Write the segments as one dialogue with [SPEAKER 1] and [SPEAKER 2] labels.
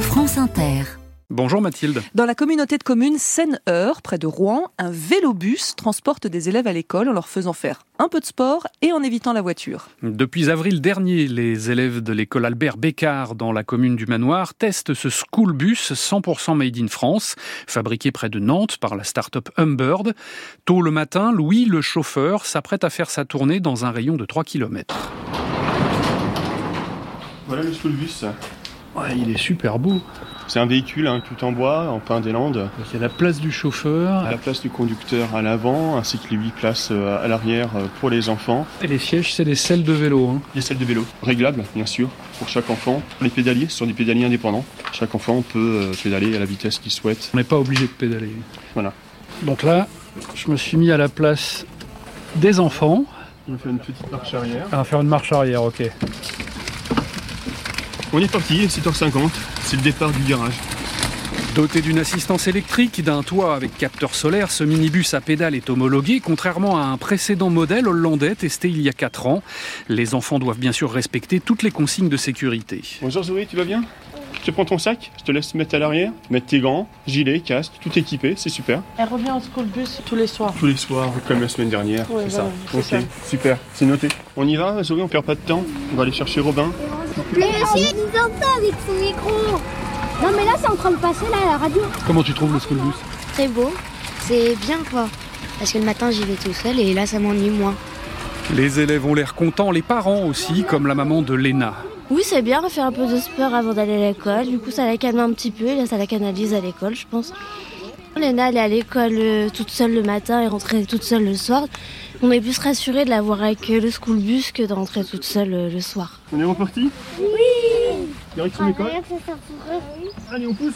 [SPEAKER 1] France Inter.
[SPEAKER 2] Bonjour Mathilde.
[SPEAKER 3] Dans la communauté de communes Seine-Heure, près de Rouen, un vélobus transporte des élèves à l'école en leur faisant faire un peu de sport et en évitant la voiture.
[SPEAKER 2] Depuis avril dernier, les élèves de l'école Albert Bécard dans la commune du Manoir testent ce school bus 100% made in France, fabriqué près de Nantes par la start-up Humbird. Tôt le matin, Louis, le chauffeur, s'apprête à faire sa tournée dans un rayon de 3 km.
[SPEAKER 4] Voilà le school bus.
[SPEAKER 2] Ouais, il est super beau.
[SPEAKER 4] C'est un véhicule hein, tout en bois, en pain des Landes.
[SPEAKER 2] Donc, il y a la place du chauffeur
[SPEAKER 4] À la place du conducteur à l'avant, ainsi que les 8 places euh, à l'arrière euh, pour les enfants.
[SPEAKER 2] et les sièges, c'est des selles de vélo. hein.
[SPEAKER 4] Il y a celle de vélo, réglable bien sûr, pour chaque enfant. Les pédaliers ce sont des pédaliers indépendants. Chaque enfant peut euh, pédaler à la vitesse qu'il souhaite.
[SPEAKER 2] On n'est pas obligé de pédaler.
[SPEAKER 4] Voilà.
[SPEAKER 2] Donc là, je me suis mis à la place des enfants.
[SPEAKER 4] On fait une petite marche arrière.
[SPEAKER 2] On va faire une marche arrière, ok.
[SPEAKER 4] On est parti, 7h50, c'est le départ du garage.
[SPEAKER 2] Doté d'une assistance électrique, d'un toit avec capteur solaire, ce minibus à pédale est homologué, contrairement à un précédent modèle hollandais testé il y a 4 ans. Les enfants doivent bien sûr respecter toutes les consignes de sécurité.
[SPEAKER 4] Bonjour Zoé, tu vas bien Je te prends ton sac, je te laisse mettre à l'arrière, mettre tes gants, gilet, casque, tout équipé, c'est super.
[SPEAKER 5] Elle revient en school bus tous les soirs.
[SPEAKER 4] Tous les soirs, comme la semaine dernière,
[SPEAKER 5] Ouais,
[SPEAKER 4] c'est
[SPEAKER 5] voilà,
[SPEAKER 4] ça.
[SPEAKER 5] c'est
[SPEAKER 4] Ok,
[SPEAKER 5] ça.
[SPEAKER 4] super, c'est noté. On y va, Zoé, on perd pas de temps. On va aller chercher Robin.
[SPEAKER 6] Mais monsieur, il nous entend avec son micro. Non, mais là, c'est en train de passer là, à la radio.
[SPEAKER 2] Comment tu trouves le school bus
[SPEAKER 7] très beau. C'est bien quoi. Parce que le matin j'y vais tout seul et là ça m'ennuie moins.
[SPEAKER 2] Les élèves ont l'air contents, les parents aussi, comme la maman de Léna.
[SPEAKER 8] Oui, c'est bien, on fait un peu de sport avant d'aller à l'école. Du coup, ça la calme un petit peu. et Là, ça la canalise à l'école, je pense. Léna, elle est à l'école euh, toute seule le matin et rentrer toute seule le soir. On est plus rassuré de la voir avec euh, le school bus que de rentrer toute seule euh, le soir.
[SPEAKER 4] On est reparti Oui Direction l'école Allez, on pousse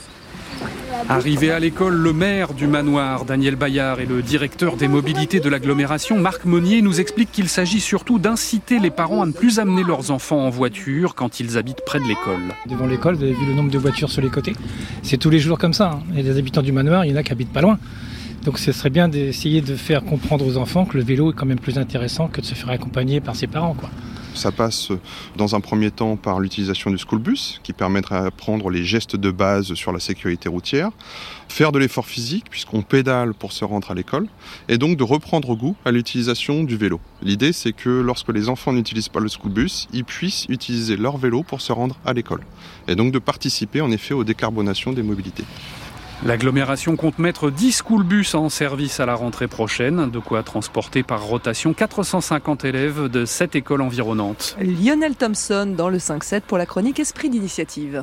[SPEAKER 2] Arrivé à l'école, le maire du manoir, Daniel Bayard, et le directeur des mobilités de l'agglomération, Marc Monnier, nous expliquent qu'il s'agit surtout d'inciter les parents à ne plus amener leurs enfants en voiture quand ils habitent près de l'école.
[SPEAKER 9] Devant l'école, vous avez vu le nombre de voitures sur les côtés. C'est tous les jours comme ça. hein. Et les habitants du manoir, il y en a qui habitent pas loin. Donc ce serait bien d'essayer de faire comprendre aux enfants que le vélo est quand même plus intéressant que de se faire accompagner par ses parents. Quoi.
[SPEAKER 10] Ça passe euh, dans un premier temps par l'utilisation du school bus, qui permettra d'apprendre les gestes de base sur la sécurité routière, faire de l'effort physique, puisqu'on pédale pour se rendre à l'école, et donc de reprendre goût à l'utilisation du vélo. L'idée, c'est que lorsque les enfants n'utilisent pas le school bus, ils puissent utiliser leur vélo pour se rendre à l'école, et donc de participer en effet aux décarbonations des mobilités.
[SPEAKER 2] L'agglomération compte mettre 10 school bus en service à la rentrée prochaine, de quoi transporter par rotation 450 élèves de 7 écoles environnantes.
[SPEAKER 3] Lionel Thompson dans le 5-7 pour la chronique Esprit d'initiative.